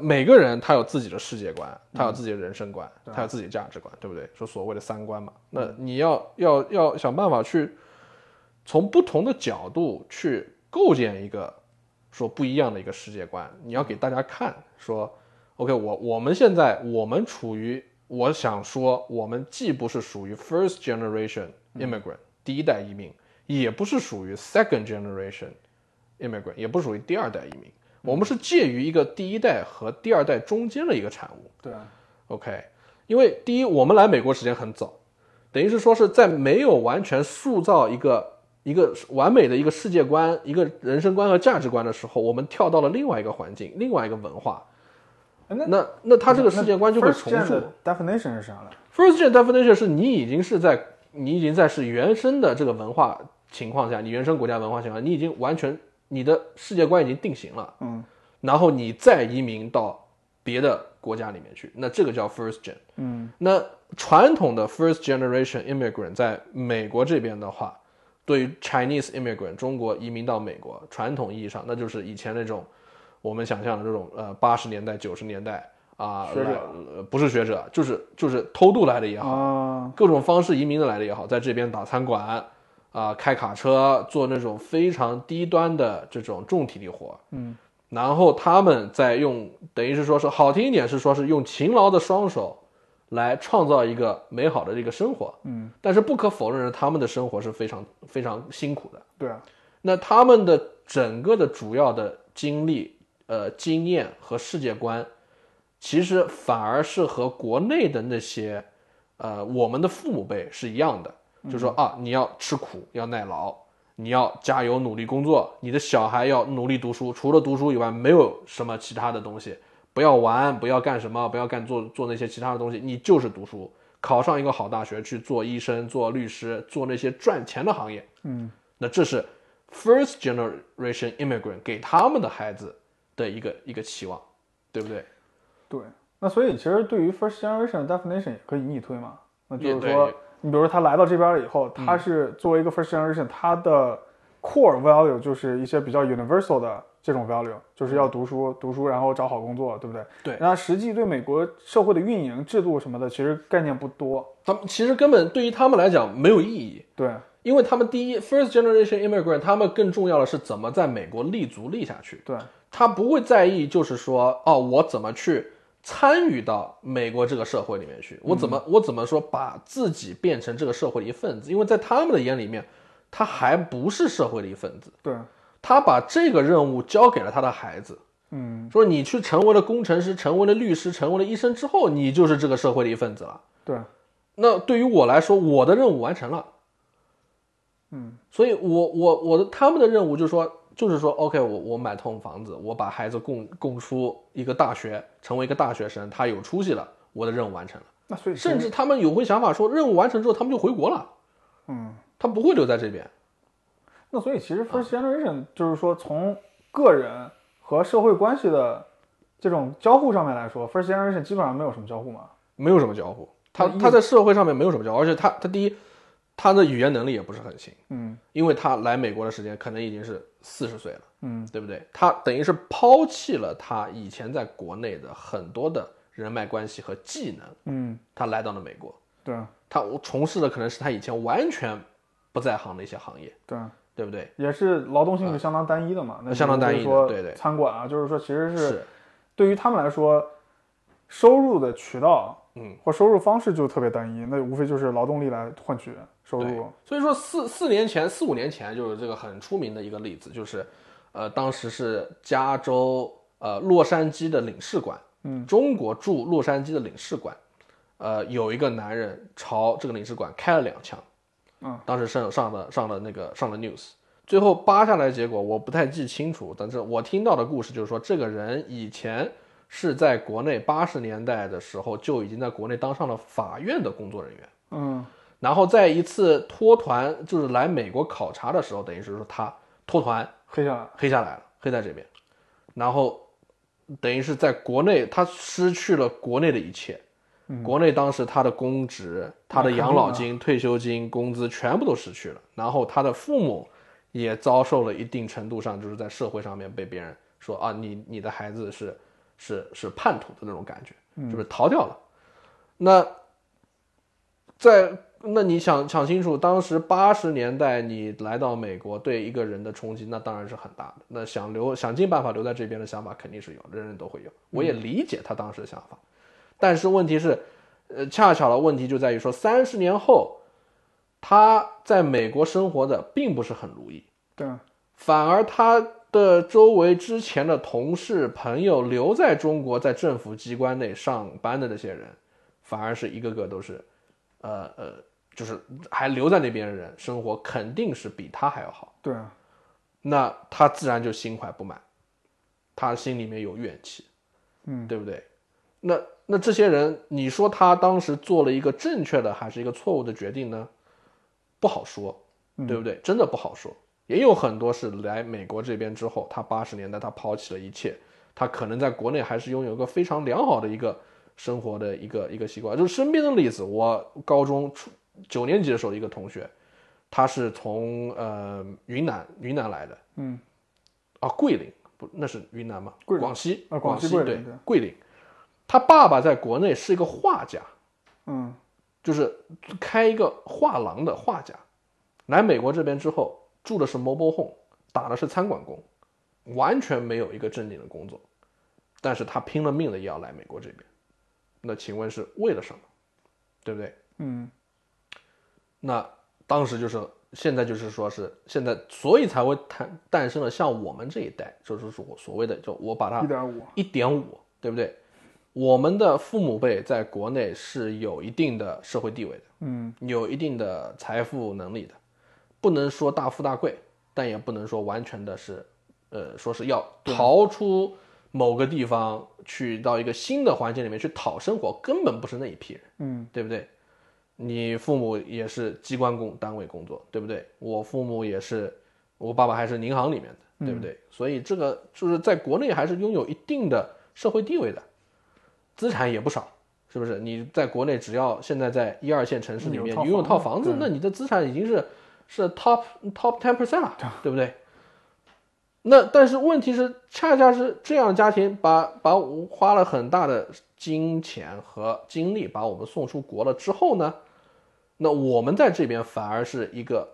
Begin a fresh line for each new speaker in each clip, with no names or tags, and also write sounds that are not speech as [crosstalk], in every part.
每个人他有自己的世界观，他有自己的人生观，他有自己的价值观，对不对？说所谓的三观嘛，那你要要要想办法去从不同的角度去构建一个说不一样的一个世界观，你要给大家看说，OK，我我们现在我们处于，我想说，我们既不是属于 first generation immigrant、第一代移民，也不是属于 second generation immigrant，也不属于第二代移民，我们是介于一个第一代和第二代中间的一个产物。
对啊，
OK，因为第一，我们来美国时间很早，等于是说是在没有完全塑造一个一个完美的一个世界观、一个人生观和价值观的时候，我们跳到了另外一个环境、另外一个文化。
哎那
那那他这个世界观就会
first
重
gen
复。
的 definition 是啥呢？
First gen definition 是你已经是在你已经在是原生的这个文化情况下，你原生国家文化情况下，你已经完全你的世界观已经定型了，
嗯，
然后你再移民到别的国家里面去，那这个叫 first gen。
嗯，
那传统的 first generation immigrant 在美国这边的话，对于 Chinese immigrant 中国移民到美国，传统意义上那就是以前那种我们想象的这种呃八十年代九十年代啊、
学者
来呃不是学者，就是就是偷渡来的也好，
啊，
各种方式移民的来的也好，在这边打餐馆啊、开卡车，做那种非常低端的这种重体力活，
嗯，
然后他们再用，等于是说是好听一点是说是用勤劳的双手来创造一个美好的这个生活，
嗯，
但是不可否认的，他们的生活是非常非常辛苦的。
对啊，
那他们的整个的主要的经历、呃经验和世界观，其实反而是和国内的那些，呃，我们的父母辈是一样的，就说啊，你要吃苦，要耐劳，你要加油努力工作，你的小孩要努力读书，除了读书以外，没有什么其他的东西，不要玩，不要干什么，不要干做做那些其他的东西，你就是读书，考上一个好大学去做医生、做律师、做那些赚钱的行业。
嗯，
那这是 first generation immigrant 给他们的孩子的一个一个期望，对不对？
对。那所以其实对于 first generation definition 也可以逆推嘛，那就
也
是
对嗯
说，你比如说他来到这边了以后，他是作为一个 first generation，他的 core value 就是一些比较 universal 的这种 value，就是要读书，读书然后找好工作，对不对？
对
那实际对美国社会的运营制度什么的，其实概念不多。
他们其实根本对于他们来讲没有意义，
对，
因为他们第一 first generation immigrant，他们更重要的是怎么在美国立足立下去，
对，
他不会在意就是说哦，我怎么去。参与到美国这个社会里面去，我怎么、我怎么说把自己变成这个社会的一份子？因为在他们的眼里面，他还不是社会的一份子，
对，
他把这个任务交给了他的孩子，
嗯，
说你去成为了工程师，成为了律师，成为了医生之后，你就是这个社会的一份子了。
对，
那对于我来说，我的任务完成了，
嗯，
所以我我我的他们的任务就是说，就是说，OK，我我买栋房子，我把孩子供供出一个大学，成为一个大学生，他有出息了，我的任务完成了。
那所以其实
甚至他们有会想法说，任务完成之后，他们就回国了，
嗯，
他不会留在这边。
那所以其实
啊
first generation 就是说从个人和社会关系的这种交互上面来说，first generation 基本上没有什么交互嘛。
没有什么交互，他
那意
他在社会上面没有什么交互，而且他他第一，他的语言能力也不是很行，
嗯
因为他来美国的时间可能已经是四十岁了，
嗯，
对不对？他等于是抛弃了他以前在国内的很多的人脉关系和技能，
嗯，
他来到了美国，
对
他从事的可能是他以前完全不在行的一些行业，
对，
对不对？
也是劳动性质相当单一的嘛。那
啊相当单一的
比如说
对对
餐馆啊，就是说其实是
是，
对于他们来说，收入的渠道，
嗯，
或收入方式就特别单一，那无非就是劳动力来换取收
对
入。
所以说四四年前、四五年前就是这个很出名的一个例子，就是，呃，当时是加州呃洛杉矶的领事馆，
嗯，
中国驻洛杉矶的领事馆，呃，有一个男人朝这个领事馆开了两枪，
嗯，
当时上上了上了那个上了 news，最后扒下来结果我不太记清楚，但是我听到的故事就是说，这个人以前是在国内八十年代的时候就已经在国内当上了法院的工作人员。
嗯
然后在一次脱团，就是来美国考察的时候，等于是说他脱团
黑下来，
黑下来了，黑在这边，然后等于是在国内他失去了国内的一切，国内当时他的公职、他的养老金、退休金、工资全部都失去了，然后他的父母也遭受了一定程度上就是在社会上面被别人说啊，你你的孩子是是是叛徒的那种感觉，就是逃掉了。那在那你想想清楚，当时八十年代你来到美国，对一个人的冲击那当然是很大的。那想留想尽办法留在这边的想法肯定是有，人人都会有。我也理解他当时的想法，但是问题是，呃，恰巧的问题就在于说，三十年后，他在美国生活的并不是很如意。
对，
反而他的周围之前的同事、朋友留在中国，在政府机关内上班的那些人，反而是一个个都是，呃呃，就是还留在那边的人，生活肯定是比他还要好。
对，
那他自然就心怀不满，他心里面有怨气，
嗯，
对不对？那那这些人，你说他当时做了一个正确的还是一个错误的决定呢？不好说，
嗯
对不对？真的不好说。也有很多是来美国这边之后，他八十年代他抛弃了一切，他可能在国内还是拥有一个非常良好的一个生活的一个一个习惯。就是身边的例子，我高中初九年级的时候，一个同学，他是从呃云南云南来的，
嗯，
啊桂林不那是云南吗？
桂林
广西
啊
广
广西桂林
对
对
桂林，他爸爸在国内是一个画家，
嗯，
就是开一个画廊的画家，来美国这边之后住的是 mobile home，打的是餐馆工，完全没有一个正经的工作，但是他拼了命的也要来美国这边，那请问是为了什么？对不对？
嗯，
那当时就是，现在就是说是现在，所以才会诞诞生了像我们这一代，就是说我所谓的，就我把它
一点五，
一点五，对不对？我们的父母辈在国内是有一定的社会地位的，
嗯，
有一定的财富能力的，不能说大富大贵，但也不能说完全的是，呃，说是要逃出某个地方去到一个新的环境里面去讨生活，根本不是那一批人，
嗯，
对不对？你父母也是机关工单位工作，对不对？我父母也是，我爸爸还是银行里面的，对不对？所以这个就是在国内还是拥有一定的社会地位的，资产也不少，是不是？你在国内只要现在在一二线城市里面
有套
你拥有套房
房
子
子，
那你的资产已经是是 top top ten percent 了，对不对？那但是问题是，恰恰是这样的家庭把把我们花了很大的金钱和精力把我们送出国了之后呢，那我们在这边反而是一个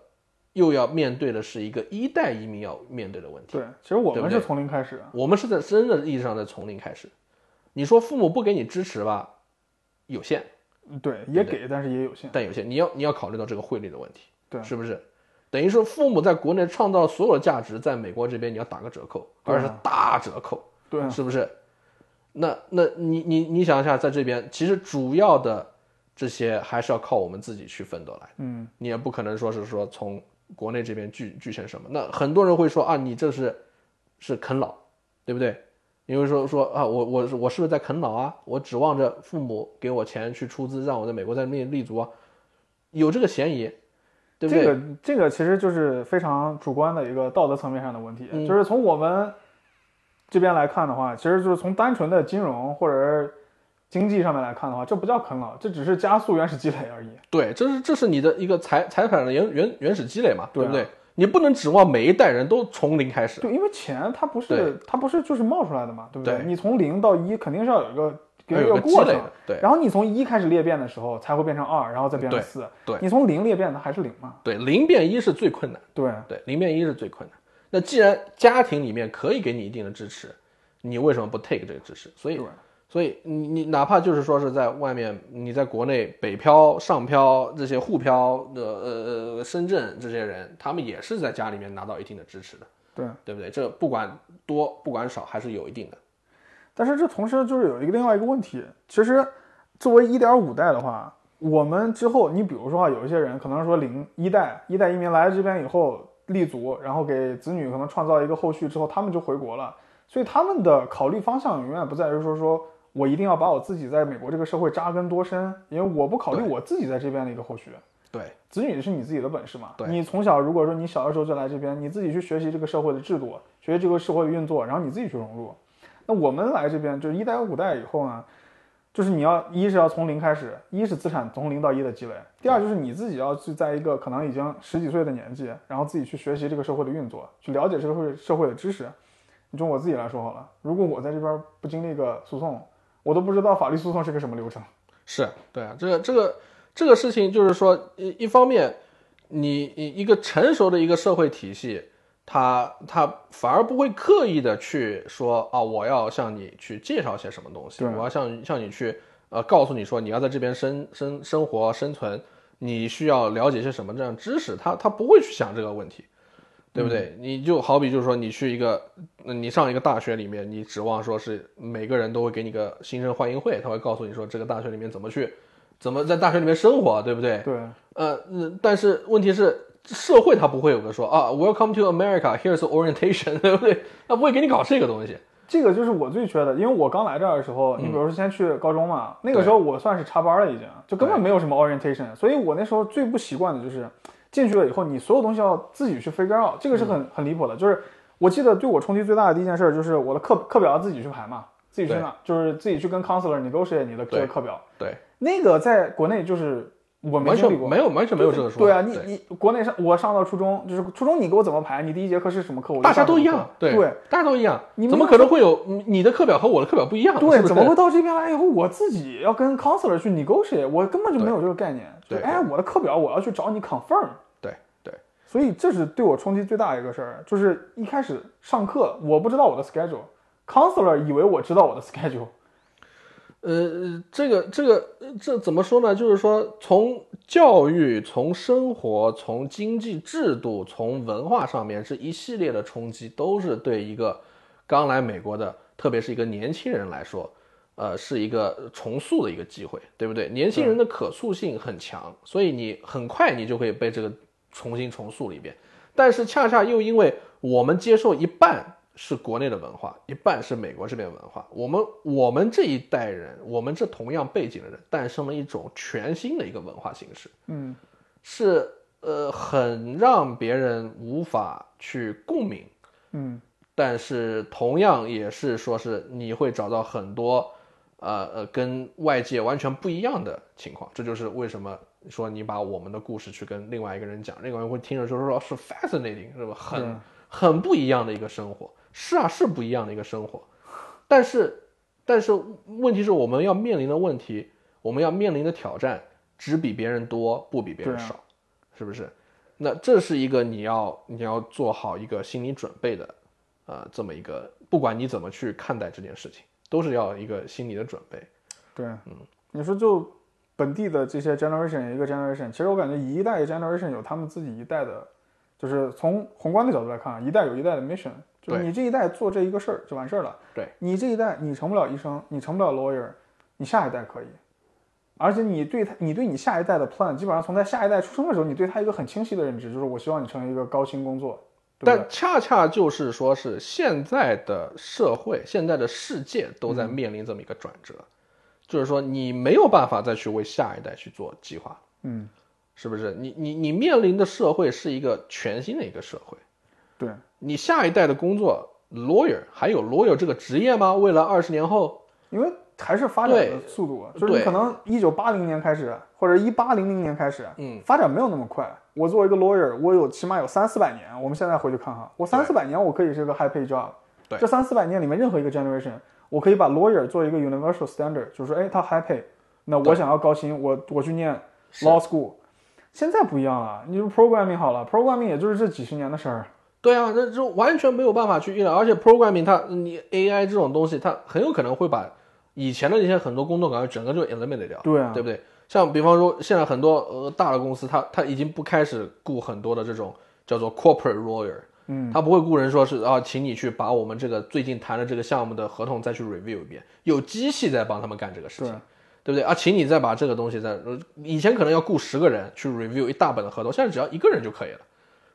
又要面对的是一个一代移民要面对的问题。
对，其实我
对不
们
对
是啊从零开始的，
我们是在真的意义上的从零开始。你说父母不给你支持吧，有限，
嗯对，也给，但是也有限，
但有些你要你要考虑到这个汇率的问题，
对
是不是？等于说父母在国内创造所有的价值，在美国这边你要打个折扣，
对啊
而是大折扣，
对啊，
是不是？那那你你你想一下，在这边其实主要的这些还是要靠我们自己去奋斗来，
嗯，
你也不可能说是说从国内这边聚聚成什么。那很多人会说啊，你这是是啃老，对不对？你会说说啊，我我我是不是在啃老啊？我指望着父母给我钱去出资，让我在美国在立立足啊，有这个嫌疑，对不对？
这个这个其实就是非常主观的一个道德层面上的问题，
嗯
就是从我们这边来看的话，其实就是从单纯的金融或者是经济上面来看的话，这不叫啃老，这只是加速原始积累而已。
对，这是这是你的一个财财产的原原原始积累嘛，
对啊
不对？你不能指望每一代人都从零开始，
对，因为钱它不是它不是就是冒出来的嘛，对不
对
你从零到一肯定是要有一个
要
一
有
个
个积
过
累
程
的，对
然后你从一开始裂变的时候才会变成二，然后再变成
对
四。
对
你从零裂变的还是零嘛？
对，零变一是最困难的。
对，
对，零变一是最困难。那既然家庭里面可以给你一定的支持，你为什么不 take 这个支持？所以
对，
所以你你哪怕就是说是在外面，你在国内北漂、上漂这些沪漂的呃呃深圳这些人，他们也是在家里面拿到一定的支持的，
对。
对不对？这不管多不管少，还是有一定的。
但是这同时就是有一个另外一个问题，其实作为一点五代的话，我们之后你比如说啊，有一些人可能说零一代一代移民来了这边以后立足，然后给子女可能创造一个后续之后，他们就回国了，所以他们的考虑方向永远不在于说说。我一定要把我自己在美国这个社会扎根多深，因为我不考虑我自己在这边的一个后续。
对
子女是你自己的本事嘛。
对
你从小如果说你小的时候就来这边，你自己去学习这个社会的制度，学习这个社会的运作，然后你自己去融入。那我们来这边就是一代五代以后呢，就是你要一是要从零开始，一是资产从零到一的积累，第二就是你自己要去在一个可能已经十几岁的年纪，然后自己去学习这个社会的运作，去了解这个社会社会的知识。你就我自己来说好了，如果我在这边不经历个诉讼，我都不知道法律诉讼是个什么流程。
是对啊，这个这个这个事情就是说，一一方面，你你一个成熟的一个社会体系，它它反而不会刻意的去说啊，我要向你去介绍些什么东西，
对
我要向向你去呃告诉你说你要在这边生生生活生存，你需要了解些什么这样知识，他他不会去想这个问题。对不对？
嗯
你就好比就是说，你去一个，嗯你上一个大学里面，你指望说是每个人都会给你个新生欢迎会，他会告诉你说这个大学里面怎么去，怎么在大学里面生活，对不对？
对，
呃，嗯但是问题是，社会它不会有个说啊，Welcome to America，here's orientation，对 [laughs] 不对？它不会给你搞这个东西。
这个就是我最缺的，因为我刚来这儿的时候，你比如
嗯
说先去高中嘛，那个时候我算是插班了，已经就根本没有什么 orientation，所以我那时候最不习惯的就是进去了以后，你所有东西要自己去 figure out，这个是很、
嗯
很离谱的。就是我记得对我冲击最大的第一件事就是我的课课表要自己去排嘛，自己去
对
拿，就是自己去跟 counselor negotiate 你的这个
对
课表。
对，
那个在国内就是我没
完
经
全
历过，
没有完全没有这个说
对啊，
法。
你你国内上我上到初中，就是初中你给我怎么排，你第一节课是什么课，我就
大家
上什
都
么
一样
课，
对，
对，
大家都一样，
你没
怎么可能会有嗯你的课表和我的课表不一 [laughs] 样？
对，
是不是
怎么会到这边来以后，我自己要跟 counselor 去 negotiate，我根本就没有这个概念。就
对
哎，我的课表我要去找你 confirm。
对对，
所以这是对我冲击最大的一个事儿，就是一开始上课我不知道我的 schedule，counselor 以为我知道我的 schedule。
呃，这个这个呃这怎么说呢？就是说，从教育、从生活、从经济制度、从文化上面，这一系列的冲击，都是对一个刚来美国的，特别是一个年轻人来说，呃，是一个重塑的一个机会，对不对？年轻人的可塑性很强，所以你很快你就可以被这个重新重塑了一遍。但是恰恰又因为我们接受一半是国内的文化，一半是美国这边文化，我们我们这一代人，我们这同样背景的人，诞生了一种全新的一个文化形式，
嗯，
是呃很让别人无法去共鸣。
嗯，
但是同样也是说是你会找到很多，呃呃，跟外界完全不一样的情况。这就是为什么说你把我们的故事去跟另外一个人讲，另外一个人会听着就是说是 fascinating，是吧？很很不一样的一个生活。是啊，是不一样的一个生活。但是但是问题是我们要面临的问题，我们要面临的挑战只比别人多，不比别人
对啊
少，是不是？那这是一个你要你要做好一个心理准备的，呃，这么一个，不管你怎么去看待这件事情，都是要一个心理的准备。
对，嗯，你说就本地的这些 generation 一个 generation，其实我感觉一代 generation 有他们自己一代的，就是从宏观的角度来看，一代有一代的 mission，就是
对
你这一代做这一个事儿就完事儿了。
对，
你这一代你成不了医生，你成不了 lawyer，你下一代可以。而且你对他，你对你下一代的 plan，基本上从他下一代出生的时候，你对他一个很清晰的认知，就是我希望你成为一个高薪工作，对不啊对
但恰恰就是说是现在的社会，现在的世界都
嗯
在面临这么一个转折，就是说你没有办法再去为下一代去做计划，
嗯，
是不是？你你你面临的社会是一个全新的一个社会，
对，
你下一代的工作 lawyer 还有 lawyer 这个职业吗？未来二十年后，
因为还是发展的
对
速度啊，就是你
对
可能一九八零年开始，或者一八零零年开始，
嗯，
发展没有那么快。我作为一个 lawyer，我有起码有三四百年。我们现在回去看哈，我三四百年我可以是个 high pay job。
对
这三四百年里面任何一个 generation，我可以把 lawyer 做一个 universal standard，就是说，哎，他 high pay，那我想要高薪，我我去念 law school。现在不一样了，你就 programming 好了，programming 也就是这几十年的事儿。
对啊，这就完全没有办法去预料，而且 programming 它你 AI 这种东西，它很有可能会把以前的那些很多工作岗位整个就 eliminate 掉，
对啊
对不对？像比方说现在很多呃大的公司，它它已经不开始雇很多的这种叫做 corporate lawyer，
嗯，
他不会雇人说是啊，请你去把我们这个最近谈的这个项目的合同再去 review 一遍，有机器在帮他们干这个事情，对不对啊？请你再把这个东西再，呃以前可能要雇十个人去 review 一大本的合同，现在只要一个人就可以了，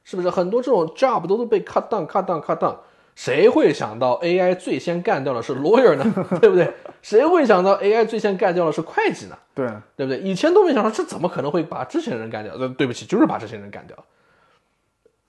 是不是？很多这种 job 都是被 cut down、cut down、cut down。谁会想到 AI 最先干掉的是 lawyer 呢？ [laughs] 对不对？谁会想到 AI 最先干掉的是会计呢？
对，
对不对？以前都没想到，这怎么可能会把这些人干掉？呃，对不起，就是把这些人干掉。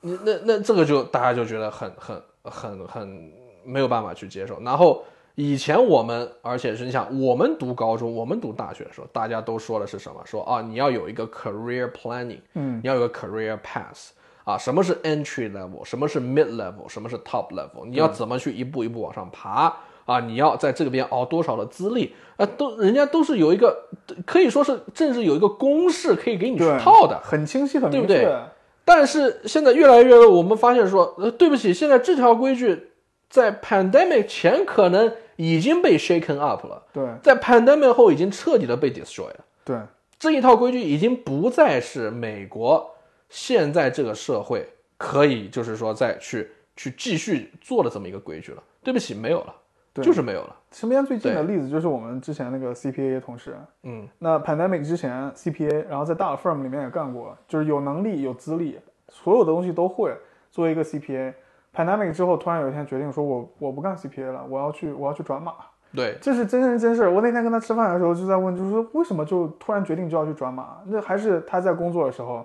你那那这个就大家就觉得很很很很没有办法去接受。然后以前我们，而且是你想，我们读高中，我们读大学的时候，大家都说的是什么？说啊，你要有一个 career planning，
嗯，
你要有个 career path。啊，什么是 entry level，什么是 mid level，什么是 top level，你要怎么去一步一步往上爬啊？你要在这个边熬多少的资历啊？都人家都是有一个，可以说是甚至有一个公式可以给你去
对
套的。
很清晰，很
对
明
不
确，
对但是现在越来越，我们发现说，呃，对不起，现在这条规矩在 pandemic 前可能已经被 shaken up 了，
对
在 pandemic 后已经彻底的被 destroy 了。
对
这一套规矩已经不再是美国现在这个社会可以就是说再去去继续做的这么一个规矩了。对不起，没有了，
对
就是没有了。
身边最近的例子就是我们之前那个 CPA 同事，
嗯，
那 pandemic 之前 CPA，然后在大的 firm 里面也干过，就是有能力、有资历，所有的东西都会，作为一个 CPA。pandemic 之后，突然有一天决定说我我不干 CPA 了，我要去我要去转码。
对，
这是真人真事儿。我那天跟他吃饭的时候就在问，就是说为什么就突然决定就要去转码？那还是他在工作的时候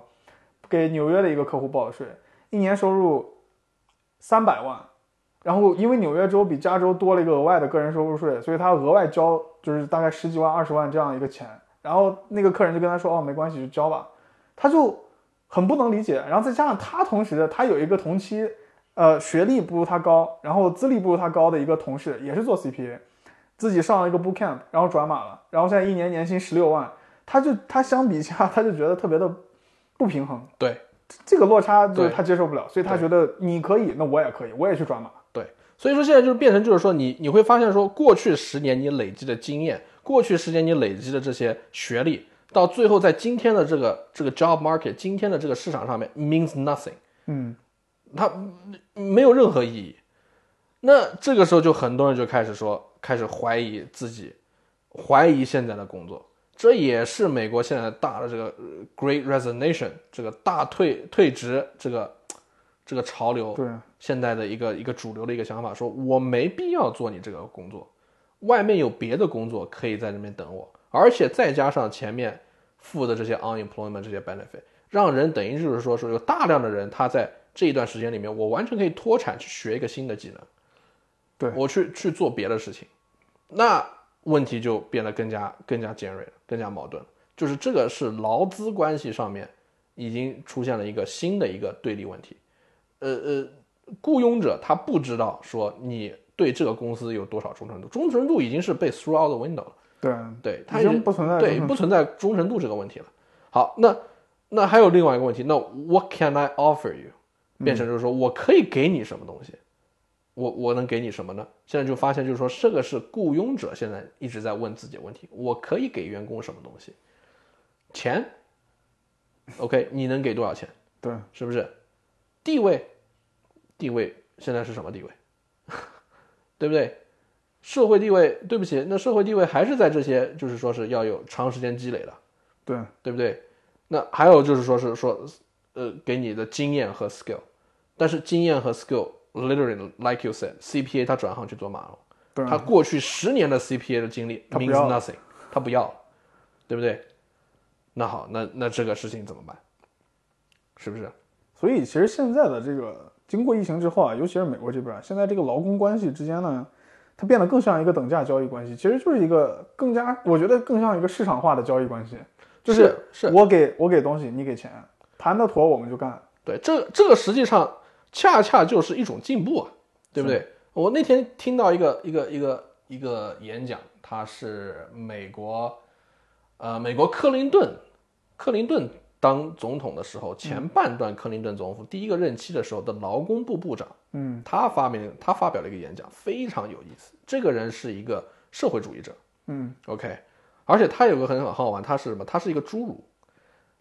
给纽约的一个客户报的税，一年收入三百万，然后因为纽约州比加州多了一个额外的个人收入税，所以他额外交就是大概十几万、二十万这样一个钱。然后那个客人就跟他说：“哦，没关系，就交吧。”他就很不能理解。然后再加上他同时他有一个同期，呃，学历不如他高，然后资历不如他高的一个同事，也是做 CPA，自己上了一个 boot camp，然后转码了，然后现在一年年薪十六万，他就他相比下，他就觉得特别的不平衡，
对，
这个落差就
对
是他接受不了，所以他觉得你可以，那我也可以，我也去转码。
对。所以说现在就是变成就是说你你会发现说过去十年你累积的经验，过去十年你累积的这些学历，到最后在今天的这个这个 job market 今天的这个市场上面 means nothing。
嗯，
它没有任何意义。那这个时候就很多人就开始说，开始怀疑自己，怀疑现在的工作。这也是美国现在大的这个呃 Great Resignation 这个大退退职这个这个潮流
对
现在的一个一个主流的一个想法，说我没必要做你这个工作，外面有别的工作可以在那边等我，而且再加上前面付的这些 unemployment 这些 benefit，让人等于就是说说有大量的人他在这一段时间里面，我完全可以脱产去学一个新的技能，
对
我去去做别的事情，那问题就变得更加更加尖锐了，更加矛盾了，就是这个是劳资关系上面已经出现了一个新的一个对立问题。呃呃，雇佣者他不知道说你对这个公司有多少忠诚度，忠诚度已经是被 throw out the window 了，
对，
对他
已经不存在
对不存在忠诚度这个问题了。好，那那还有另外一个问题，那 what can I offer you？变成就是说我可以给你什么东西，我我能给你什么呢？现在就发现就是说这个是雇佣者现在一直在问自己的问题，我可以给员工什么东西？钱？OK，你能给多少钱？
对
是不是？地位，地位现在是什么地位？ [laughs] 对不对？社会地位，对不起，那社会地位还是在这些，就是说是要有长时间积累的，
对
对不对？那还有就是说是说，呃，给你的经验和 skill，但是经验和 skill，literally like you said，CPA 他转行去做马龙，
对
他过去十年的 CPA 的经历
他不
means
要
nothing，他不要了，对不对？那好，那那这个事情怎么办？是不是？
所以其实现在的这个经过疫情之后啊，尤其是美国这边儿，现在这个劳工关系之间呢，它变得更像一个等价交易关系，其实就是一个更加，我觉得更像一个市场化的交易关系，就是
是
我给我给东西，你给钱，谈得妥我们就干。
对，这这个实际上恰恰就是一种进步啊，对不对？我那天听到一个一个一个一个演讲，他是美国，呃，美国克林顿，克林顿当总统的时候，前半段克林顿总统第一个任期的时候的劳工部部长，
嗯
他发明他发表了一个演讲，非常有意思。这个人是一个社会主义者。
嗯，
OK，而且它有个很好好玩，它是什么？它是一个侏儒，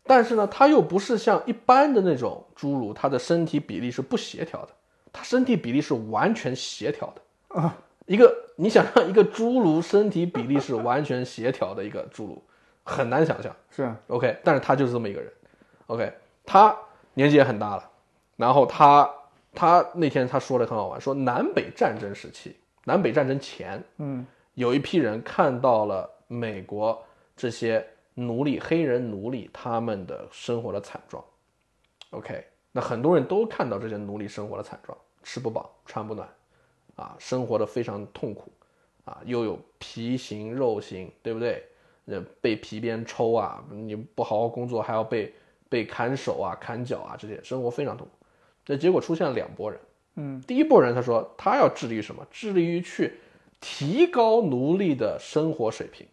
但是呢，它又不是像一般的那种侏儒，它的身体比例是不协调的，它身体比例是完全协调的
啊。
一个你想让一个侏儒身体比例是完全协调的一个侏儒，很难想象。
是啊
OK，但是他就是这么一个人。OK，他年纪也很大了，然后他他那天他说的很好玩，说南北战争时期，南北战争前，
嗯，
有一批人看到了美国这些奴隶黑人奴隶他们的生活的惨状。OK，那很多人都看到这些奴隶生活的惨状，吃不饱，穿不暖，啊，生活的非常痛苦，啊，又有皮刑肉刑，对不对？呃，被皮鞭抽啊，你不好好工作还要被被砍手啊、砍脚啊这些，生活非常痛苦。这结果出现了两拨人，
嗯，
第一拨人他说他要致力于什么？致力于去提高奴隶的生活水平。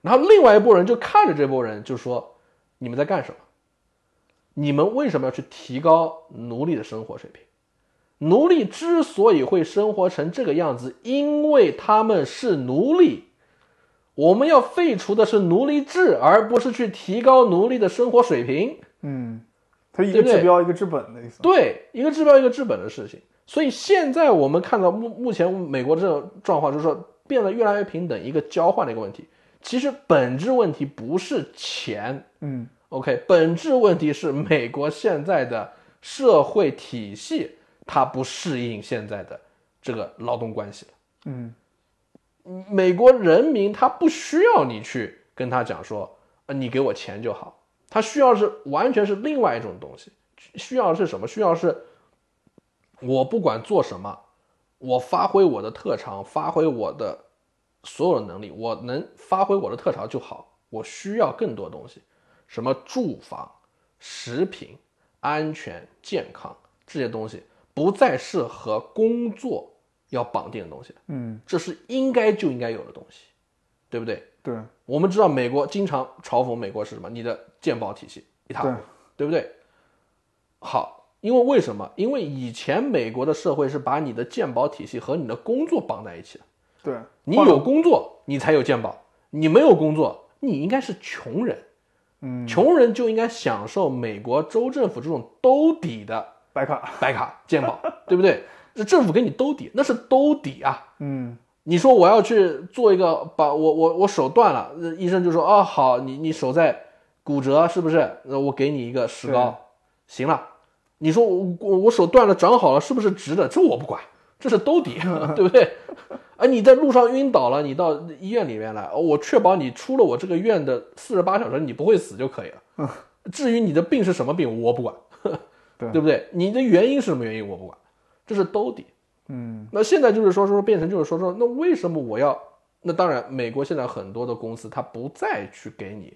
然后另外一拨人就看着这拨人就说：“你们在干什么？你们为什么要去提高奴隶的生活水平？奴隶之所以会生活成这个样子，因为他们是奴隶。我们要废除的是奴隶制，而不是去提高奴隶的生活水平。
嗯，它一
对
个
不对
治标一个治本的意思。
对，一个治标一个治本的事情。所以现在我们看到目目前美国这种状况，就是说变得越来越平等，一个交换的一个问题。其实本质问题不是钱
嗯
，OK，本质问题是美国现在的社会体系它不适应现在的这个劳动关系了。
嗯
美国人民他不需要你去跟他讲说，呃，你给我钱就好，他需要是完全是另外一种东西，需要是什么？需要是，我不管做什么，我发挥我的特长，发挥我的所有的能力，我能发挥我的特长就好。我需要更多东西，什么住房、食品、安全、健康这些东西，不再是和工作要绑定的东西。
嗯，
这是应该就应该有的东西，对不对？
对
我们知道美国经常嘲讽美国是什么？你的鉴宝体系一塌糊涂
对，
对不对？好，因为为什么？因为以前美国的社会是把你的鉴宝体系和你的工作绑在一起的，
对，
你有工作你才有鉴宝，你没有工作你应该是穷人，
嗯，
穷人就应该享受美国州政府这种兜底的
白卡，
白卡鉴宝，对不对？这政府给你兜底，那是兜底啊，
嗯
你说我要去做一个，把我我我手断了，呃医生就说哦好，你你手在骨折是不是？那我给你一个石膏，行了。你说我我我手断了长好了是不是直的？这我不管，这是兜底，对不对？啊，你在路上晕倒了，你到医院里面来，哦我确保你出了我这个院的四十八小时你不会死就可以了。至于你的病是什么病，我不管，
对
对不对？你的原因是什么原因我不管，这是兜底。
嗯
那现在就是说说变成就是说说，那为什么我要？那当然，美国现在很多的公司它不再去给你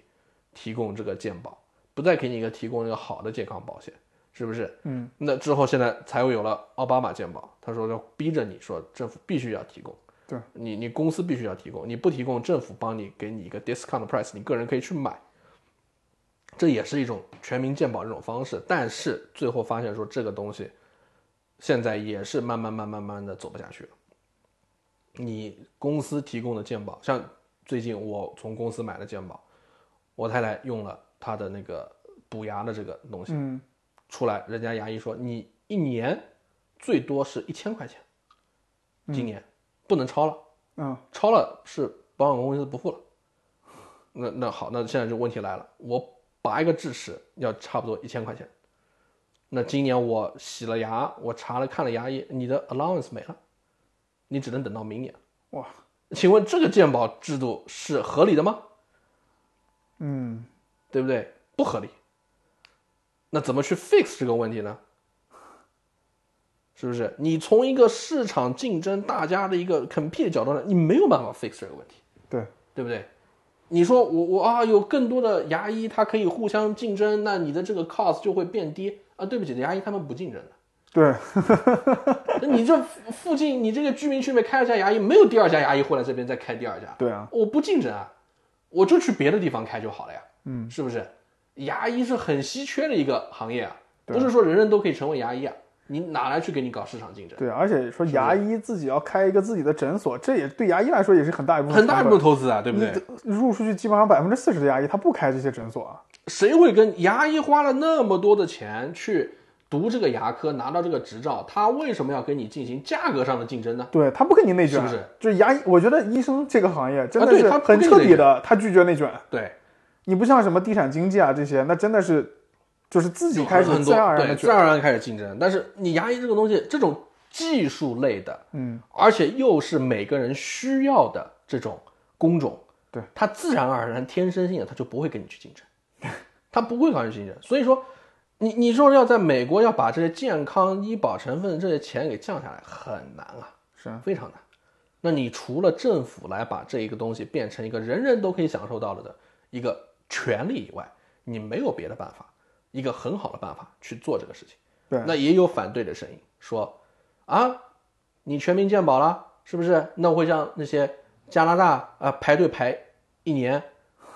提供这个健保，不再给你一个提供一个好的健康保险，是不是？
嗯
那之后现在才会有了奥巴马健保，他说要逼着你说政府必须要提供，
对
你你公司必须要提供，你不提供，政府帮你给你一个 discount price，你个人可以去买。这也是一种全民健保这种方式，但是最后发现说这个东西现在也是慢慢慢慢慢的走不下去了。你公司提供的健保，像最近我从公司买的健保，我太太用了她的那个补牙的这个东西。
嗯，
出来，人家牙医说你一年最多是一千块钱，今年、不能超了，
嗯
超了是保险公司不付了。那那好，那现在就问题来了，我拔一个智齿要差不多一千块钱，那今年我洗了牙，我查了看了牙医，你的 allowance 没了，你只能等到明年。
哇，
请问这个健保制度是合理的吗？
嗯
对不对？不合理。那怎么去 fix 这个问题呢？是不是？你从一个市场竞争、大家的一个 compete 的角度呢，你没有办法 fix 这个问题，
对，
对不对？你说我我啊，有更多的牙医，他可以互相竞争，那你的这个 cost 就会变低啊。对不起，牙医他们不竞争的。
对，
那你这附附近，你这个居民区里面开了一家牙医，没有第二家牙医会来这边再开第二家。
对啊，
我不竞争啊，我就去别的地方开就好了呀。
嗯，
是不是？牙医是很稀缺的一个行业啊，不是说人人都可以成为牙医啊。你哪来去给你搞市场竞争？
对，而且说牙医自己要开一个自己的诊所，这也对牙医来说也是很大一部分
很大一部
成
分投资啊，对不对？
本。入出去基本上百分之四十的牙医他不开这些诊所啊，
谁会跟牙医花了那么多的钱去读这个牙科，拿到这个执照？他为什么要跟你进行价格上的竞争呢？
对他不跟你内卷，
是不是？
就牙医，我觉得医生这个行业真
啊
的
对
是
他不
很
跟你
彻
内
底的，他拒绝内卷。
对，
你不像什么地产经济啊这些，那真的是就是自己开始
很
自
多
然而然
对
的
自
卷。
然而然开始竞争。但是你牙医这个东西，这种技术类的，
嗯，
而且又是每个人需要的这种工种，
对，
它自然而然天生性的，它就不会跟你去竞争， [laughs] 它不会跟你去竞争。所以说，你你说要在美国要把这些健康医保成分这些钱给降下来，很难啊，
是啊
非常难。那你除了政府来把这一个东西变成一个人人都可以享受到了的一个权利以外，你没有别的办法，一个很好的办法去做这个事情。
对
那也有反对的声音说，啊，你全民健保了，是不是？那会让那些加拿大啊、排队排一年，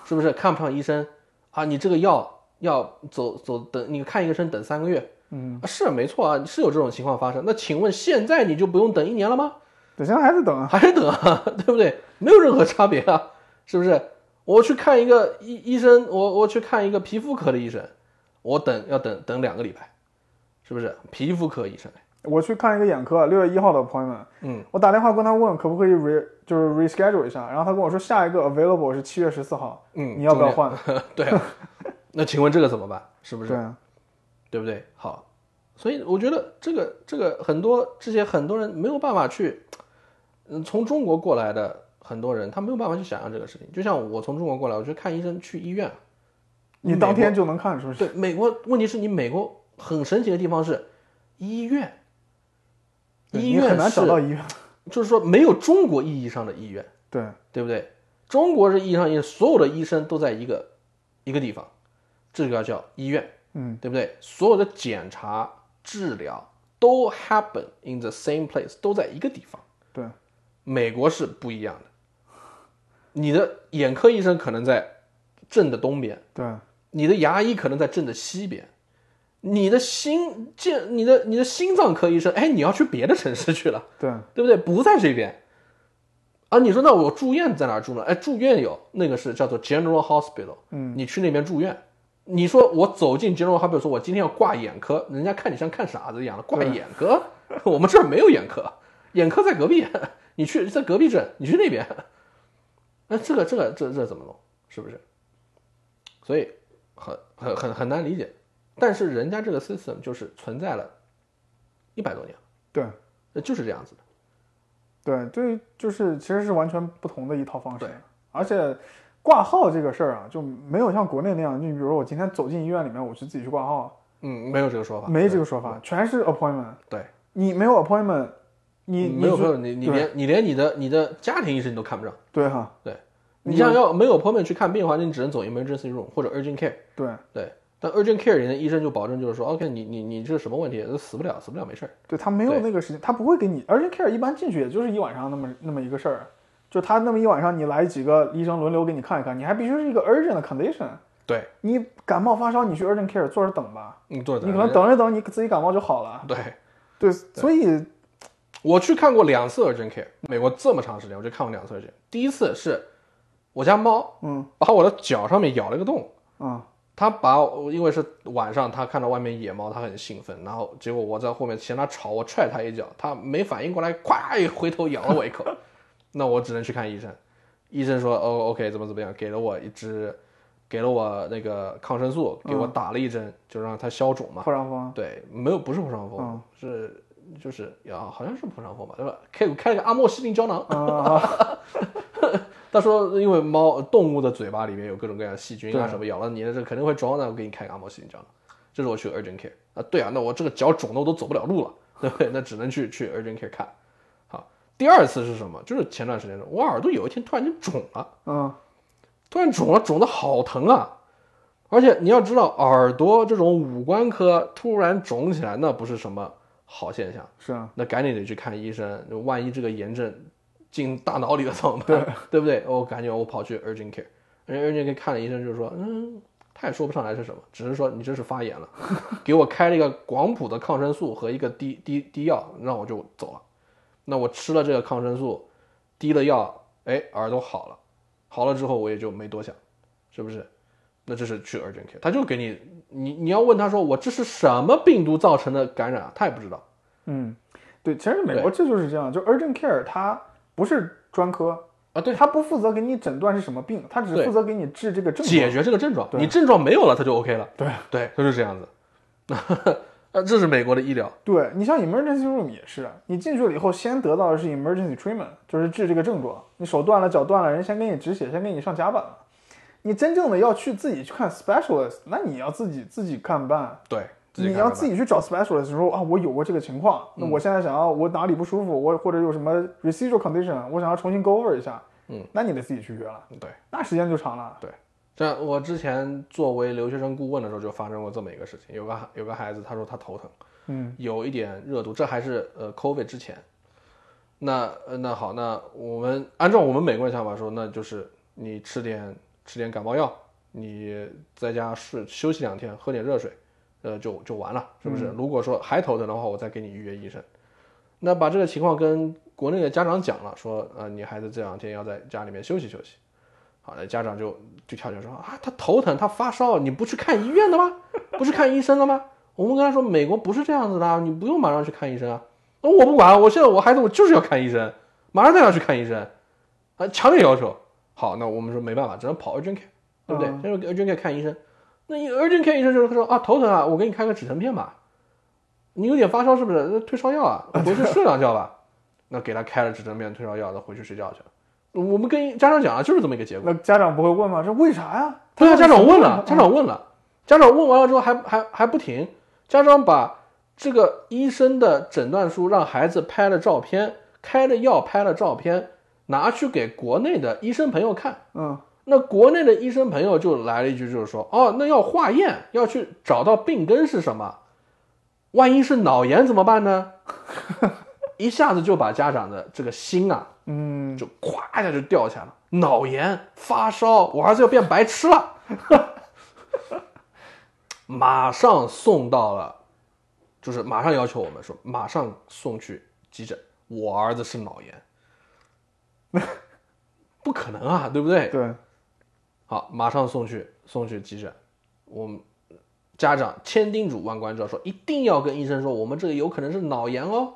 是不是看不上医生啊？你这个药要走走等你看一个医生等三个月，
嗯，
啊是没错啊，是有这种情况发生。那请问现在你就不用等一年了吗？
对，现在还在等啊。
还是等啊， [laughs] 对不对？没有任何差别啊，是不是？我去看一个医医生，我我去看一个皮肤科的医生，我等要等等两个礼拜，是不是？皮肤科医生，
我去看一个眼科，六月一号的 appointment。
嗯，
我打电话跟他问可不可以 re 就是 reschedule 一下，然后他跟我说下一个 available 是七月十四号，
嗯，
你要不要换？
中间？ [laughs] 对啊，那请问这个怎么办？是不是？
对，
对不对？好，所以我觉得这个这个很多这些很多人没有办法去，嗯，从中国过来的很多人他没有办法去想象这个事情。就像我从中国过来，我去看医生去医院，
你当天就能看是不是？
对，美国问题是你美国很神奇的地方是，医院，
对
医
你很
院
难找
是
到医院。
就是说没有中国意义上的医院，
对，
对不对？中国是意义上的医院，所有的医生都在一个一个地方，这个叫医院，
嗯，
对不对？所有的检查、治疗都 happen in the same place，都在一个地方。
对，
美国是不一样的，你的眼科医生可能在镇的东边。
对，
你的牙医可能在镇的西边，你的心健，你的你的心脏科医生，哎，你要去别的城市去了，
对，
对不对？不在这边。啊，你说那我住院在哪儿住呢？哎，住院有那个是叫做 General Hospital，
嗯，
你去那边住院。你说我走进 General Hospital，说我今天要挂眼科，人家看你像看傻子一样的挂眼科。 [laughs] 我们这儿没有眼科，眼科在隔壁，你去在隔壁镇，你去那边。那这个这个这这怎么弄？是不是？所以很很很很难理解。但是人家这个 system 就是存在了一百多年，
对，
那就是这样子的。
对，对，就是其实是完全不同的一套方式。而且挂号这个事儿啊，就没有像国内那样，就你比如说我今天走进医院里面，我去自己去挂号，
嗯，没有这个说法，
没这个说法，全是 appointment。
对，
你没有 appointment，你
嗯
你
没有
就
朋友，你你
对
连你连你的你的家庭医生你都看不上。
对哈，
你像要没有朋友去看病的话，那你只能走 emergency room 或者 urgent care。
对
对，但 urgent care 人家医生就保证就是说，OK，你你你这是什么问题？死不了，死不了，没事儿。
对他没有那个时间，他不会给你。而且 care 一般进去也就是一晚上那么那么一个事儿，就他那么一晚上，你来几个医生轮流给你看一看，你还必须是一个 urgent 的 condition。
对，
你感冒发烧，你去 urgent care 坐着等吧，
你坐着
你可能等着等，你自己感冒就好了。
嗯对，
对，所以
我去看过两次 urgent care，美国这么长时间我就看过两次 urgent。第一次是我家猫，
嗯，
把我的脚上面咬了一个洞，
啊、
它把我因为是晚上，它看到外面野猫，它很兴奋，然后结果我在后面嫌它吵，我踹它一脚，它没反应过来，咵一回头咬了我一口，那我只能去看医生。医生说，哦，OK，怎么怎么样，给了我一支，给了我那个抗生素，给我打了一针，就让它消肿嘛。
破伤风，
对，没有不是破伤风，
嗯
是就是啊，好像是破伤风吧，对吧？开开了个阿莫西林胶囊，
啊
他说因为猫动物的嘴巴里面有各种各样的细菌啊
对
什么，咬了你的这肯定会肿，那我给你开个阿莫西林胶囊。这是我去 urgent care 啊，对啊，那我这个脚肿的我都走不了路了， [laughs] 对不对？那只能去去 urgent care 看。好，第二次是什么？就是前段时间的，我耳朵有一天突然间肿了。
嗯，
突然肿了，肿的好疼啊！而且你要知道，耳朵这种五官科突然肿起来，那不是什么好现象，
是啊，
那赶紧得去看医生。万一这个炎症进大脑里了怎么办？对不对？我感觉我跑去 urgent care，人 urgent care 看了医生，就说，嗯，他也说不上来是什么，只是说你这是发 [laughs] 炎了，给我开了一个广谱的抗生素和一个滴滴滴药，让我就走了。那我吃了这个抗生素，滴了药，哎，耳朵好了，好了之后我也就没多想，是不是？那这是去 urgent care，他就给你，你你要问他说我这是什么病毒造成的感染啊，他也不知道。
嗯，对，其实美国这就是这样，就 urgent care 它不是专科
啊对，
它不负责给你诊断是什么病，它只
对
负责给你治这个症状。
解决这个症状，
对
你症状没有了，他就 OK 了。
对
对，他就是这样子。 [laughs] 呃，这是美国的医疗，
对你像 emergency room 也是，你进去了以后，先得到的是 emergency treatment，就是治这个症状。你手断了，脚断了，人先给你止血，先给你上甲板了。你真正的要去自己去看 specialist，那你要自己自己看办，
对，自己
你
看着嗯
要
办
自己去找 specialist 说啊，我有过这个情况，那我现在想要我哪里不舒服，我或者有什么 residual condition，我想要重新 go over 一下，
嗯，
那你得自己去约了，
对
那时间就长了，
对，这我之前作为留学生顾问的时候就发生过这么一个事情，有个孩有个孩子他说他头疼，
嗯，
有一点热度，这还是呃 COVID 之前。那呃那好，那我们按照我们美国人想法说，那就是你吃点吃点感冒药，你在家睡休息两天，喝点热水，呃就就完了，是不是？如果说还头疼的话，我再给你预约医生。那把这个情况跟国内的家长讲了，说呃你孩子这两天要在家里面休息休息。好的，家长就就跳起来说啊，他头疼，他发烧，你不去看医院的吗？不去看医生了吗？我们跟他说，美国不是这样子的啊，你不用马上去看医生啊。那我不管，我现在我孩子我就是要看医生，马上就要去看医生，啊，强烈要求。好，那我们说没办法，只能跑 urgent care，对不对？
嗯
先说 urgent care 看医生，那 urgent care 医生就是说啊，头疼啊，我给你开个止疼片吧。你有点发烧是不是？那退烧药啊，回去睡两觉吧。 [laughs] 那给他开了止疼片、退烧药，他回去睡觉去了。我们跟家长讲了，就是这么一个结果。
那家长不会问吗？这为啥呀？
对啊，
到底
家长
什么
问
问
了，
题
家长问了，家长问完了之后还还还不停，家长把这个医生的诊断书让孩子拍了照片，开了药拍了照片，拿去给国内的医生朋友看。
嗯，
那国内的医生朋友就来了一句，就是说，哦，那要化验，要去找到病根是什么，万一是脑炎怎么办呢？ [laughs] 一下子就把家长的这个心啊，
嗯，
就咵一下就掉下来了，脑炎、发烧，我儿子要变白痴了， [laughs] 马上送到了，就是马上要求我们说，马上送去急诊，我儿子是脑炎， [laughs] 不可能啊，对不对？
对，
好，马上送去送去急诊。我们家长千叮嘱万关照，说一定要跟医生说，我们这个有可能是脑炎哦。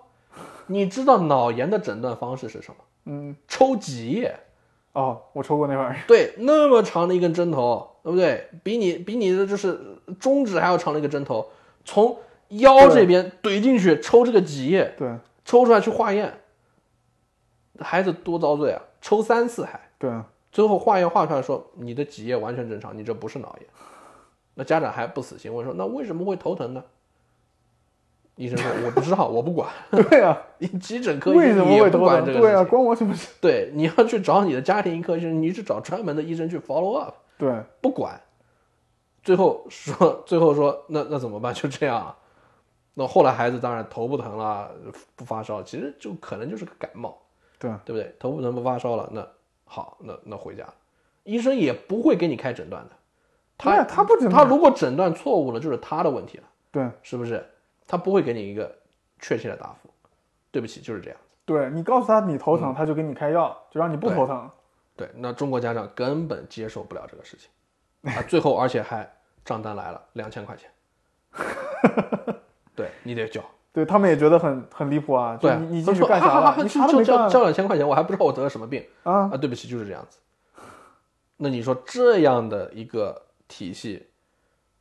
你知道脑炎的诊断方式是什么？
嗯，
抽几液，
哦，我抽过那玩意儿，
对，那么长的一根针头，对不对？比你比你的就是中指还要长的一个针头，从腰这边怼进去抽这个几液，
对
抽出来去化验，孩子多遭罪啊！抽三次还。
对，啊
最后化验化出来说你的脊液完全正常，你这不是脑炎。那家长还不死心，问说那为什么会头疼呢？医生说我不知道，我不管。
[laughs] 对呀、
你急诊 [laughs] 科医
为什
生
么
也
会
不
头
管
疼？
这个
对啊
事
呀、
情。
关我什么事？
对，你要去找你的家庭科医生，你去找专门的医生去 follow up，
对，
不管。最后说，最后说，那那怎么办？就这样啊。那后来孩子当然头不疼了，不发烧，其实就可能就是个感冒。
对，
对不对？头部疼不发烧了，那好，那那回家，医生也不会给你开诊断的。
对
他
啊他不诊断
他如果诊断错误了，就是他的问题了，
对，
是不是？他不会给你一个确切的答复。对不起，就是这样。
对你告诉他你头疼，他就给你开药，就让你不头疼。
嗯对，那中国家长根本接受不了这个事情，啊，最后而且还账单来了两千块钱，对你得交。
对他们也觉得很很离谱啊！就
对啊，
你你
他
进去
说
干
啊
啥
啊啊
了？你啥都没
就交
干
交两千块钱，我还不知道我得了什么病。
啊！
啊，对不起，就是这样子。那你说这样的一个体系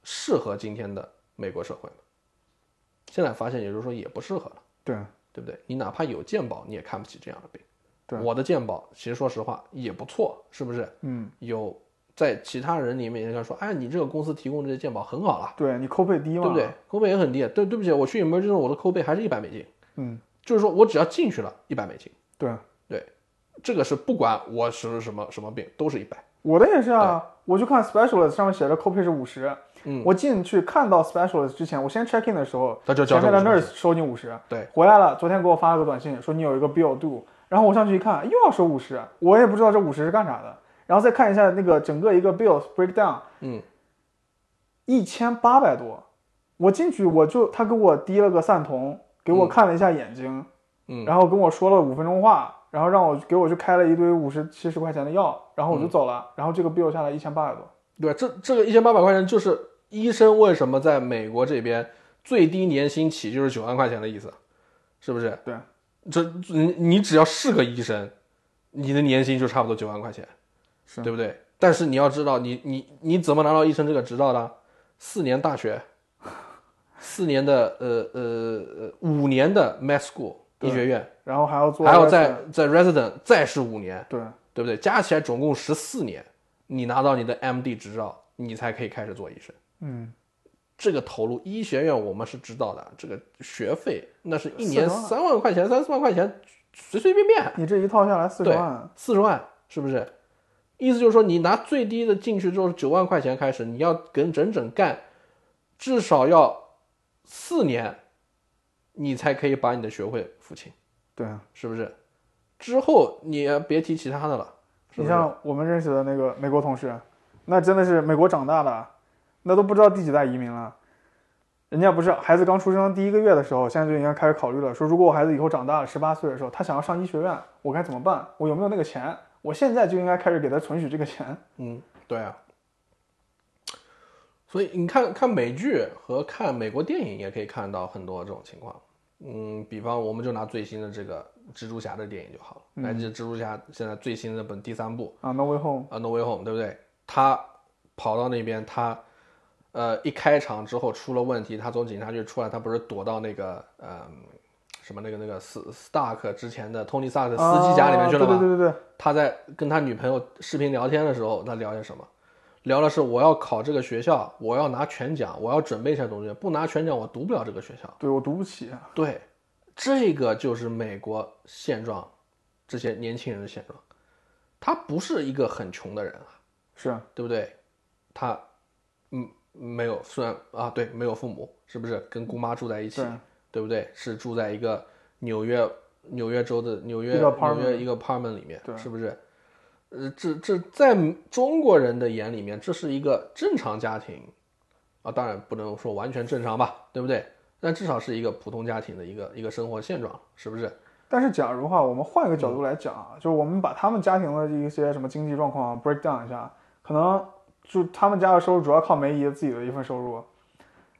适合今天的美国社会吗？现在发现，也就是说也不适合了，
对
对不对？你哪怕有健保，你也看不起这样的病。
对
我的健保其实说实话也不错，是不是？
嗯，
有在其他人里面应该说，哎，你这个公司提供这些健保很好了，
对你扣费低嘛，
对不对？扣费也很低，啊对对不起，我去 emergency 我的扣费还是一百美金，
嗯，
就是说我只要进去了一百美金，
对，
这个是不管我是什么什么病，都是一百。
我的也是啊，我去看 specialist 上面写着 copay 是五十，
嗯，
我进去看到 specialist 之前，我先 check in 的时候，
他就交
前面的
这50
nurse 收你五十，
对，
回来了，昨天给我发了个短信说你有一个 bill due，然后我上去一看又要收五十，我也不知道这五十是干啥的，然后再看一下那个整个一个 bill breakdown，
嗯，
一千八百多，我进去我就他给我滴了个散瞳，给我看了一下眼睛，
嗯
然后跟我说了五分钟话，然后让我给我去开了一堆五十七十块钱的药，然后我就走了，然后这个 bill 下来一千八百多。
对，这这个一千八百块钱就是医生为什么在美国这边最低年薪起就是九万块钱的意思，是不是？
对，
这你你只要是个医生，你的年薪就差不多九万块钱，
是
对不对？但是你要知道，你你你怎么拿到医生这个执照的？四年大学，四年的呃呃呃五年的 med school 医学院，
然后还要做，
还要在在 resident 再是五年，
对
对不对？加起来总共十四年，你拿到你的 MD 执照，你才可以开始做医生。
嗯，
这个投入，医学院我们是知道的，这个学费那是一
40
年
万
三万块钱、三四万块钱，随随便便
你这一套下来四十
对
万，
四十万，是不是？意思就是说，你拿最低的进去之后九万块钱开始，你要跟整整干，至少要四年，你才可以把你的学会付清，
对啊，
是不是？之后你别提其他的了，是不
你
是？
像我们认识的那个美国同事，那真的是美国长大的，那都不知道第几代移民了。人家不是孩子刚出生第一个月的时候，现在就应该开始考虑了，说如果我孩子以后长大了，十八岁的时候，他想要上医学院，我该怎么办？我有没有那个钱？我现在就应该开始给他存取这个钱。
嗯，对啊。所以你看看美剧和看美国电影，也可以看到很多这种情况。嗯，比方我们就拿最新的这个蜘蛛侠的电影就好了。来，哎这蜘蛛侠现在最新的本第三部
啊，No way home，
啊，《No Way Home》，对不对？他跑到那边，他呃一开场之后出了问题，他从警察局出来，他不是躲到那个嗯、什么那个那个斯斯塔克之前的托尼·斯塔克的司机家里面去了吗？
啊对对对对对，
他在跟他女朋友视频聊天的时候，他聊些什么？聊的是我要考这个学校，我要拿全奖，我要准备一下东西，不拿全奖我读不了这个学校。
对我读不起。
对，这个就是美国现状，这些年轻人的现状。他不是一个很穷的人啊，
是
对不对？他，嗯，没有，虽然啊，对，没有父母，是不是跟姑妈住在一起
对？
对不对？是住在一个纽约纽约州的纽约
一个 apartment
纽约一个 apartment 里面，
对
是不是？呃，这这在中国人的眼里面，这是一个正常家庭啊，当然不能说完全正常吧，对不对？但至少是一个普通家庭的一个一个生活现状，是不是？
但是假如的话，我们换一个角
嗯
度来讲啊，就是我们把他们家庭的一些什么经济状况 break down 一下，可能就他们家的收入主要靠梅姨自己的一份收入，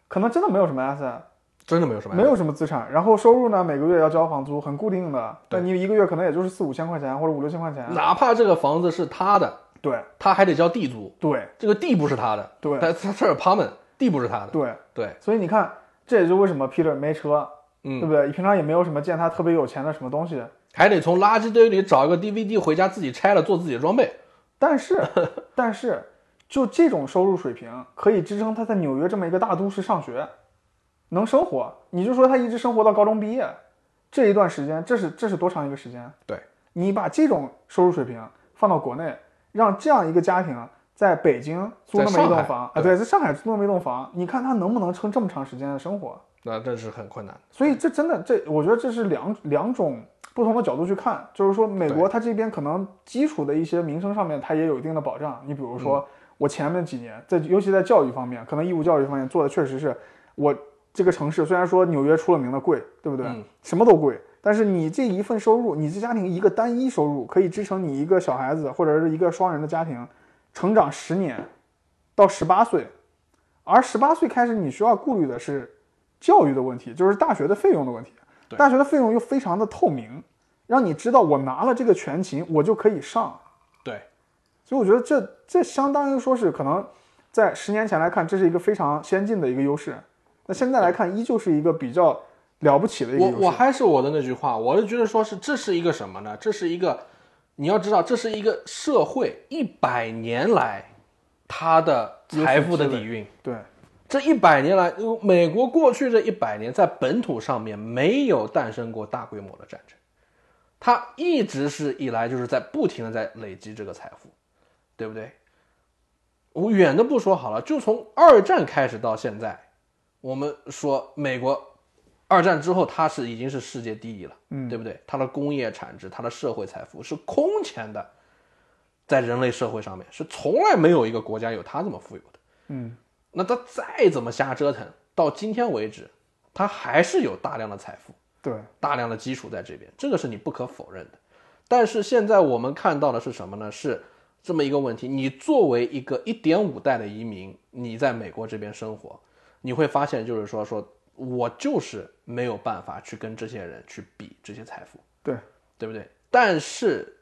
可能真的没有什么 asset，
真的没有什么
没有什么资产，然后收入呢每个月要交房租，很固定的，
对
那你一个月可能也就是四五千块钱或者五六千块钱，
哪怕这个房子是他的，
对
他还得交地租，
对
这个地不是他的，
对
但他这是 apartment，地不是他的，
对，
对，
所以你看，这也就为什么 Peter 没车，
嗯
对不对？平常也没有什么见他特别有钱的什么东西，
还得从垃圾堆里找一个 DVD 回家自己拆了做自己的装备。
但是，但是，就这种收入水平，可以支撑他在纽约这么一个大都市上学，能生活。你就说他一直生活到高中毕业，这一段时间，这是这是多长一个时间？
对，
你把这种收入水平放到国内，让这样一个家庭在北京租那么一
在上海
栋房，啊，对，在上海租那么一栋房，你看他能不能撑这么长时间的生活？
那这是很困难。
所以这真的，这我觉得这是两两种不同的角度去看，就是说美国它这边可能基础的一些民生上面它也有一定的保障。你比如说，我前面几年在尤其在教育方面，可能义务教育方面做的确实是我这个城市虽然说纽约出了名的贵，对不对？什么都贵。但是你这一份收入，你这家庭一个单一收入可以支撑你一个小孩子或者是一个双人的家庭成长十年到十八岁，而十八岁开始你需要顾虑的是教育的问题，就是大学的费用的问题。大学的费用又非常的透明，让你知道我拿了这个全勤，我就可以上。
对，
所以我觉得这这相当于说是可能在十年前来看，这是一个非常先进的一个优势。那现在来看，依旧是一个比较了不起的一个
我
优势。
我还是我的那句话，我是觉得说是这是一个什么呢？这是一个，你要知道，这是一个社会一百年来它的财富的底蕴。
对
这一百年来，呃美国过去这一百年在本土上面没有诞生过大规模的战争，它一直是以来就是在不停的在累积这个财富，对不对？我远的不说好了，就从二战开始到现在，我们说美国二战之后它是已经是世界第一了，嗯，对不对？它的工业产值、它的社会财富是空前的，在人类社会上面是从来没有一个国家有它这么富有的。那他再怎么瞎折腾，到今天为止，他还是有大量的财富、
对，
大量的基础在这边，这个是你不可否认的。但是现在我们看到的是什么呢？是这么一个问题：你作为一个一点五代的移民，你在美国这边生活，你会发现，就是说，说我就是没有办法去跟这些人去比这些财富。
对，
对不对？但是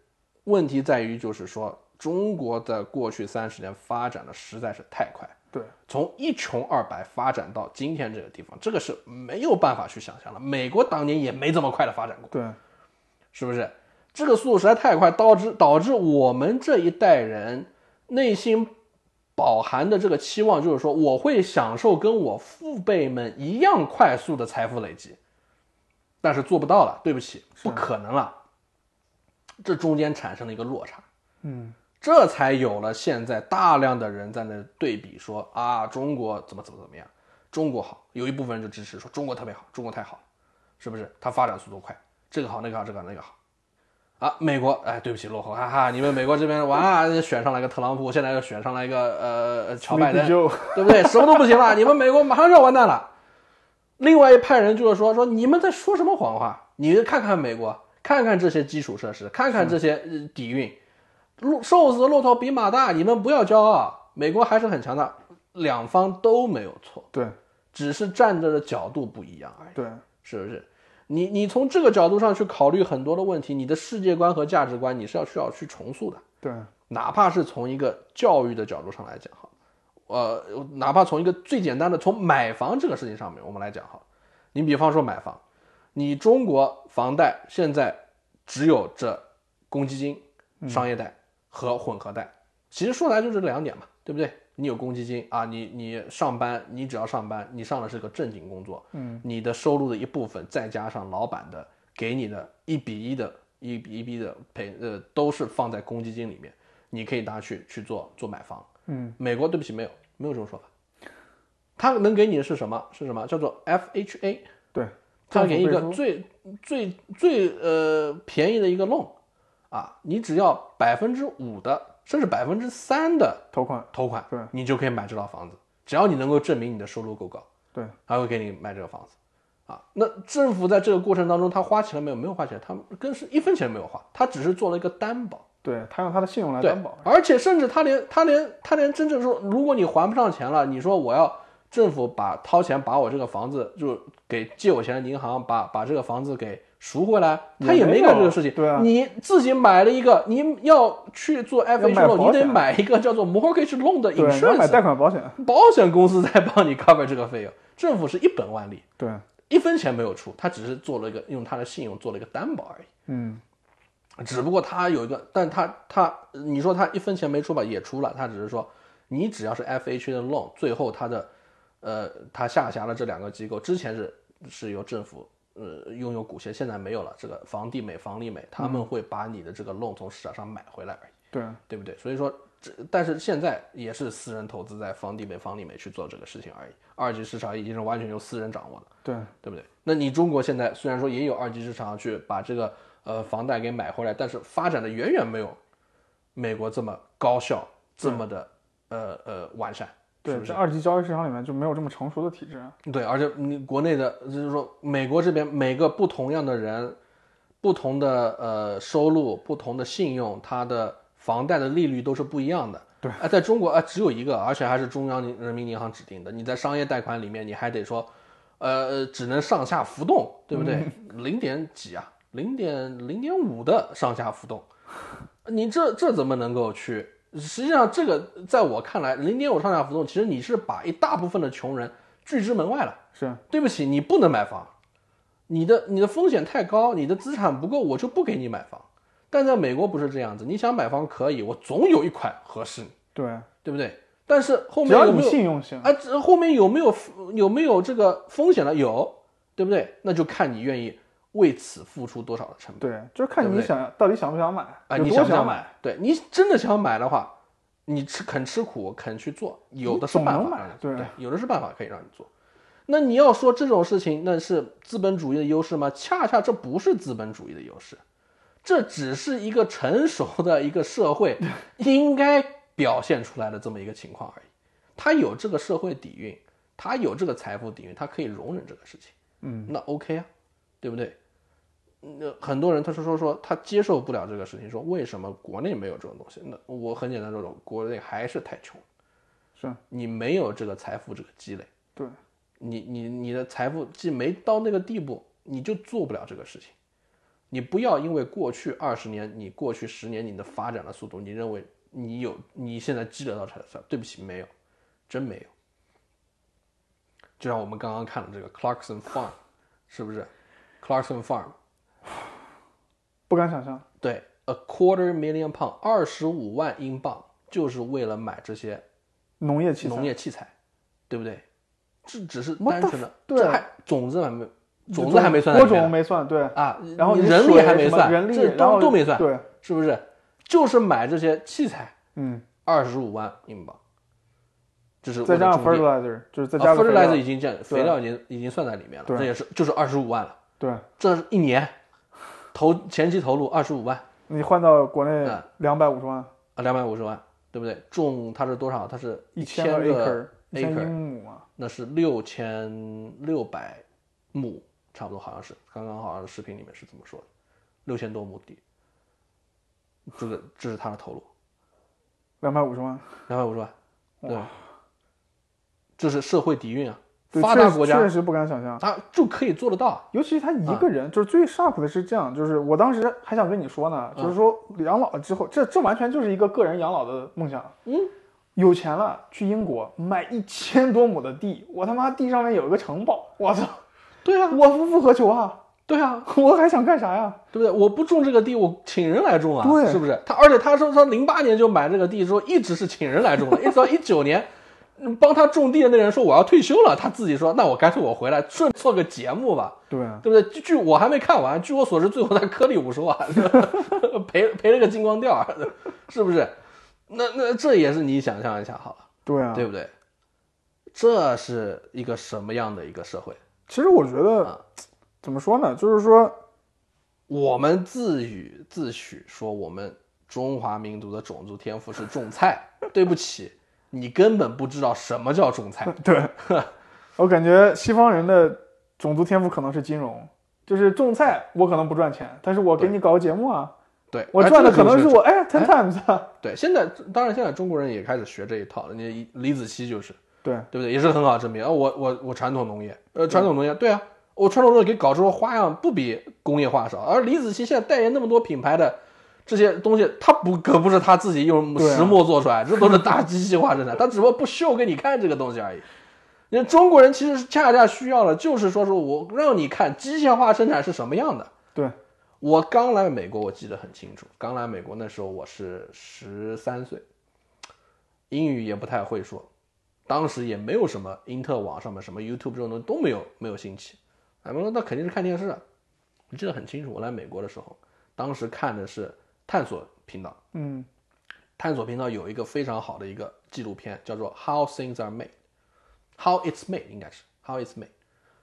问题在于，就是说中国的过去三十年发展的实在是太快，
对，
从一穷二白发展到今天这个地方，这个是没有办法去想象的。美国当年也没这么快的发展过，
对，
是不是？这个速度实在太快，导致导致我们这一代人内心饱含的这个期望，就是说我会享受跟我父辈们一样快速的财富累积，但是做不到了，对不起，不可能了。这中间产生了一个落差，
嗯，
这才有了现在大量的人在那对比说啊，中国怎么怎么怎么样，中国好，有一部分人就支持说中国特别好，中国太好了，是不是？它发展速度快，这个好那个好这个好那个好。啊，美国，哎，对不起，落后，哈哈！你们美国这边哇，选上来一个特朗普，现在又选上来一个呃呃乔拜登，
就
对不对？什么都不行了，你们美国马上就要完蛋了。另外一派人就是说说你们在说什么谎话？你看看美国，看看这些基础设施，看看这些呃底蕴，骆瘦子的骆驼比马大，你们不要骄傲，美国还是很强的。两方都没有错，
对
只是站着的角度不一样而已。
对
是不是？你你从这个角度上去考虑很多的问题，你的世界观和价值观你是要需要去重塑的，
对
嗯哪怕是从一个教育的角度上来讲好，呃，哪怕从一个最简单的从买房这个事情上面我们来讲好了，你比方说买房，你中国房贷现在只有这公积金、商业贷和混合贷，其实说来就是这两点嘛，对不对？你有公积金啊，你你上班，你只要上班，你上的是个正经工作，
嗯，
你的收入的一部分再加上老板的给你的一比一的一比一比的赔，呃，都是放在公积金里面，你可以拿去去做做买房。
嗯，
美国对不起，没有没有这种说法，他能给你的是什么？是什么？叫做 FHA，
对，
他
政
给
府
一
背
个
书
最最最呃便宜的一个 loan 啊，你只要百分之五的，甚至百分之三的
头款，
头款，
对
你就可以买这套房子，只要你能够证明你的收入够高，
对，
他会给你买这个房子。啊，那政府在这个过程当中，他花钱了没有？没有花钱，他跟是一分钱没有花，他只是做了一个担保。
对他用他的信用来
对，
担保，
而且甚至他连他连他连真正说，如果你还不上钱了，你说我要政府把掏钱把我这个房子就给借我钱的银行把把这个房子给赎回来，他
也
也没
没
干
有
这个事情。
对啊
你自己买了一个，你要去做 F H
买
loan，你
保
得
险
买一个叫做 mortgage loan 的
对，你要买
insurance，
贷款保险，
保险公司在帮你 cover 这个费用，政府是一本万利，
对，
一分钱没有出，他只是做了一个用他的信用做了一个担保而已。
嗯，
只不过他有一个，但他他你说他一分钱没出吧，也出了，他只是说你只要是 FH 的 loan，最后他的呃他下辖了这两个机构，之前是是由政府呃拥有股权，现在没有了，这个房地美、房利美他们会把你的这个 loan 从市场上买回来而已，
对
对不对？所以说这但是现在也是私人投资在房地美、房利美去做这个事情而已，二级市场已经是完全由私人掌握的。
对
对不对？那你中国现在虽然说也有二级市场去把这个呃房贷给买回来，但是发展的远远没有美国这么高效，这么的呃呃完善，是
对，
不是？
在二级交易市场里面就没有这么成熟的体制，啊
对，而且你国内的就是说美国这边每个不同样的人，不同的呃收入、不同的信用，它的房贷的利率都是不一样的。
对
啊，在中国啊、只有一个，而且还是中央银人民银行指定的。你在商业贷款里面，你还得说，呃，只能上下浮动，对不对？ [laughs] 零点几啊，零点零点五的上下浮动，你这这怎么能够去？实际上，这个在我看来，零点五上下浮动，其实你是把一大部分的穷人拒之门外了。
是
对不起，你不能买房，你的你的风险太高，你的资产不够，我就不给你买房。但在美国不是这样子，你想买房可以，我总有一款合适你，
对，
对不对？但是后
只
面
要
有
你
没有
信用行，
啊？这后面有没有有没有这个风险了？有，对不对？那就看你愿意为此付出多少的成本。
对，就是看
对
你
不对
想到底想不想买，
啊，
有
你
多
想不
想
想？买？对你真的想买的话，你吃肯吃苦，肯去做，有的是
总
办
能
法
买
让你
对
对，有的是办法可以让你做。那你要说这种事情，那是资本主义的优势吗？恰恰这不是资本主义的优势，这只是一个成熟的一个社会应该表现出来的这么一个情况而已。他有这个社会底蕴，他有这个财富底蕴，他可以容忍这个事情。
嗯，
那 OK 啊，对不对？那很多人他是说说他接受不了这个事情，说为什么国内没有这种东西？那我很简单地说，国内还是太穷，
是
你没有这个财富这个积累，
对
你你你的财富既没到那个地步，你就做不了这个事情。你不要因为过去二十年、你过去十年你的发展的速度，你认为你有你现在积累到财富，对不起，没有，真没有。就像我们刚刚看的这个 Clarkson Farm，是不是？Clarkson Farm，
不敢想象，
对，a quarter million pound，二十五万英镑，就是为了买这些
农业器材
农业器材，对不对？这只是
What
单
the
纯的，
对
这还种子还没，种
就
子还没算在
播
里面
种没算，对，
啊，
然后你
人力
水
还没
什么
算，
人力
这
然后
都都没算，
对
是不是？就是买这些器材
嗯，
二十五万英镑，就是我
再
的
加上
主力
fertilizer，就是再
啊
加个
fertilizer
fertilizer，
已经这样，肥料已经已经算在里面了，
对
这也是就是二十五万了，
对
这是一年投前期投入二十五万
你换到国内
嗯
两百五十万，
啊，两百五十万，对不对？种它是多少？它是
一
千
个
个
acre，一千
acre
英亩啊嘛，
那是六千六百亩，差不多好像是，刚刚好像视频里面是这么说的，六千多亩地，这个这是他的投入，
两百五十万。
两百五十万，对，这是社会底蕴啊，
对
发
确
达
实
国家
确实不敢想象。
他就可以做得到，啊
尤其他一个人，就是最 sharp 的是这样，就是我当时还想跟你说呢，就是说养老之后，这这完全就是一个个人养老的梦想。嗯，有钱了去英国买一千多亩的地，我他妈地上面有一个城堡，我操，
对啊，
我夫复何求啊？ [laughs]
对啊，
我还想干啥呀？
对不对？我不种这个地，我请人来种啊，
对
是不是？他而且他说他零八年就买这个地之后，一直是请人来种的，一直到一九年，嗯帮他种地的那人说我要退休了，他自己说那我干脆我回来顺做个节目吧，
对，啊
对不对？据据我还没看完，据我所知，最后他颗粒五十万， [laughs] 赔赔了个金光掉， [laughs] 是不是？那那这也是你想象一下好了，
对啊。
对不对？这是一个什么样的一个社会？
其实我觉
啊
得，怎么说呢，就是说，
我们自诩自诩说我们中华民族的种族天赋是种菜，对不起， [laughs] 你根本不知道什么叫种菜。
对， [laughs] 我感觉西方人的种族天赋可能是金融，就是种菜，我可能不赚钱，但是我给你搞个节目啊，
对，
我
哎
赚的
这
可
个
能
就是
我哎 ten times 啊，
对。现在当然现在中国人也开始学这一套了，你李子柒就是，
对
对不对？也是很好证明啊，我我我传统农业，呃，传统农业，对啊，我传统农业给搞出的花样不比工业化少，而李子柒现在代言那么多品牌的。这些东西，他不可不是他自己用
对啊
石墨做出来，这都是大机器化生产，他只不过不秀给你看这个东西而已。那中国人其实是恰恰需要的，就是说说我让你看机械化生产是什么样的。
对，
我刚来美国，我记得很清楚，刚来美国那时候我是十三岁，英语也不太会说，当时也没有什么因特网上面什么 YouTube 这种东西都没有，没有兴起。哎，我说那肯定是看电视啊，我记得很清楚，我来美国的时候，当时看的是探索频道，
嗯，
探索频道有一个非常好的一个纪录片，叫做《How Things Are Made》，How It's Made 应该是 How It's Made，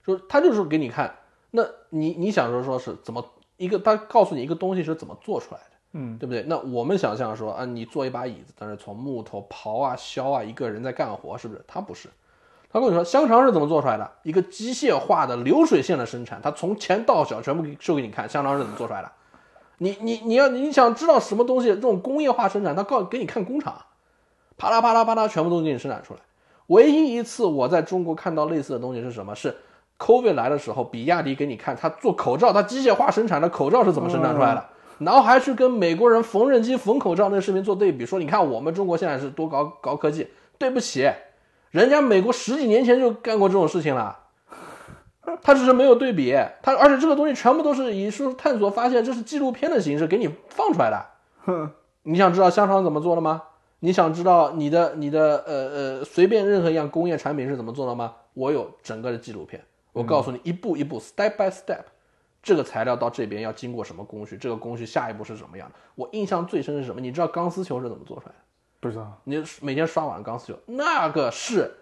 就是他就是给你看，那你你想说说是怎么一个，他告诉你一个东西是怎么做出来的，
嗯，
对不对？那我们想象说啊，你做一把椅子，但是从木头刨啊、削啊，一个人在干活，是不是？他不是。他跟你说香肠是怎么做出来的，一个机械化的流水线的生产，他从前到小全部给秀给你看，香肠是怎么做出来的。你你你要你想知道什么东西，这种工业化生产，他告给你看工厂，啪啦啪啦啪啦，全部都给你生产出来。唯一一次我在中国看到类似的东西是什么？是 COVID 来的时候，比亚迪给你看他做口罩，他机械化生产的口罩是怎么生产出来的，然后还去跟美国人缝纫机缝口罩那个视频做对比，说你看我们中国现在是多搞搞科技，对不起，人家美国十几年前就干过这种事情了。他只是没有对比，他而且这个东西全部都是以说探索发现，这是纪录片的形式给你放出来的。
哼，
你想知道香肠怎么做的吗？你想知道你的你的呃呃随便任何一样工业产品是怎么做的吗？我有整个的纪录片，我告诉你一步一步、step by step，这个材料到这边要经过什么工序，这个工序下一步是什么样的。我印象最深是什么？你知道钢丝球是怎么做出来的？
不知道，
你每天刷碗钢丝球，那个是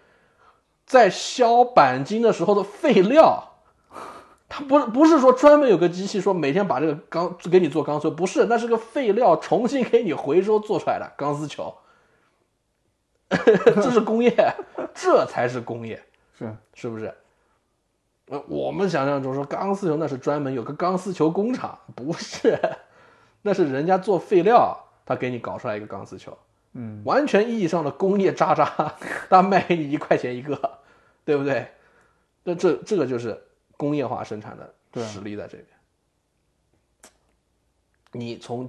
在削钣金的时候的废料。它不不是说专门有个机器说每天把这个钢给你做钢丝球，不是，那是个废料重新给你回收做出来的钢丝球， [laughs] 这是工业，这才是工业。
是
是不是？呃，我们想象中说钢丝球那是专门有个钢丝球工厂，不是，那是人家做废料，他给你搞出来一个钢丝球，
嗯，
完全意义上的工业渣渣， [laughs] 他卖给你一块钱一个，对不对？那这这个就是工业化生产的
对啊
实力在这边。你从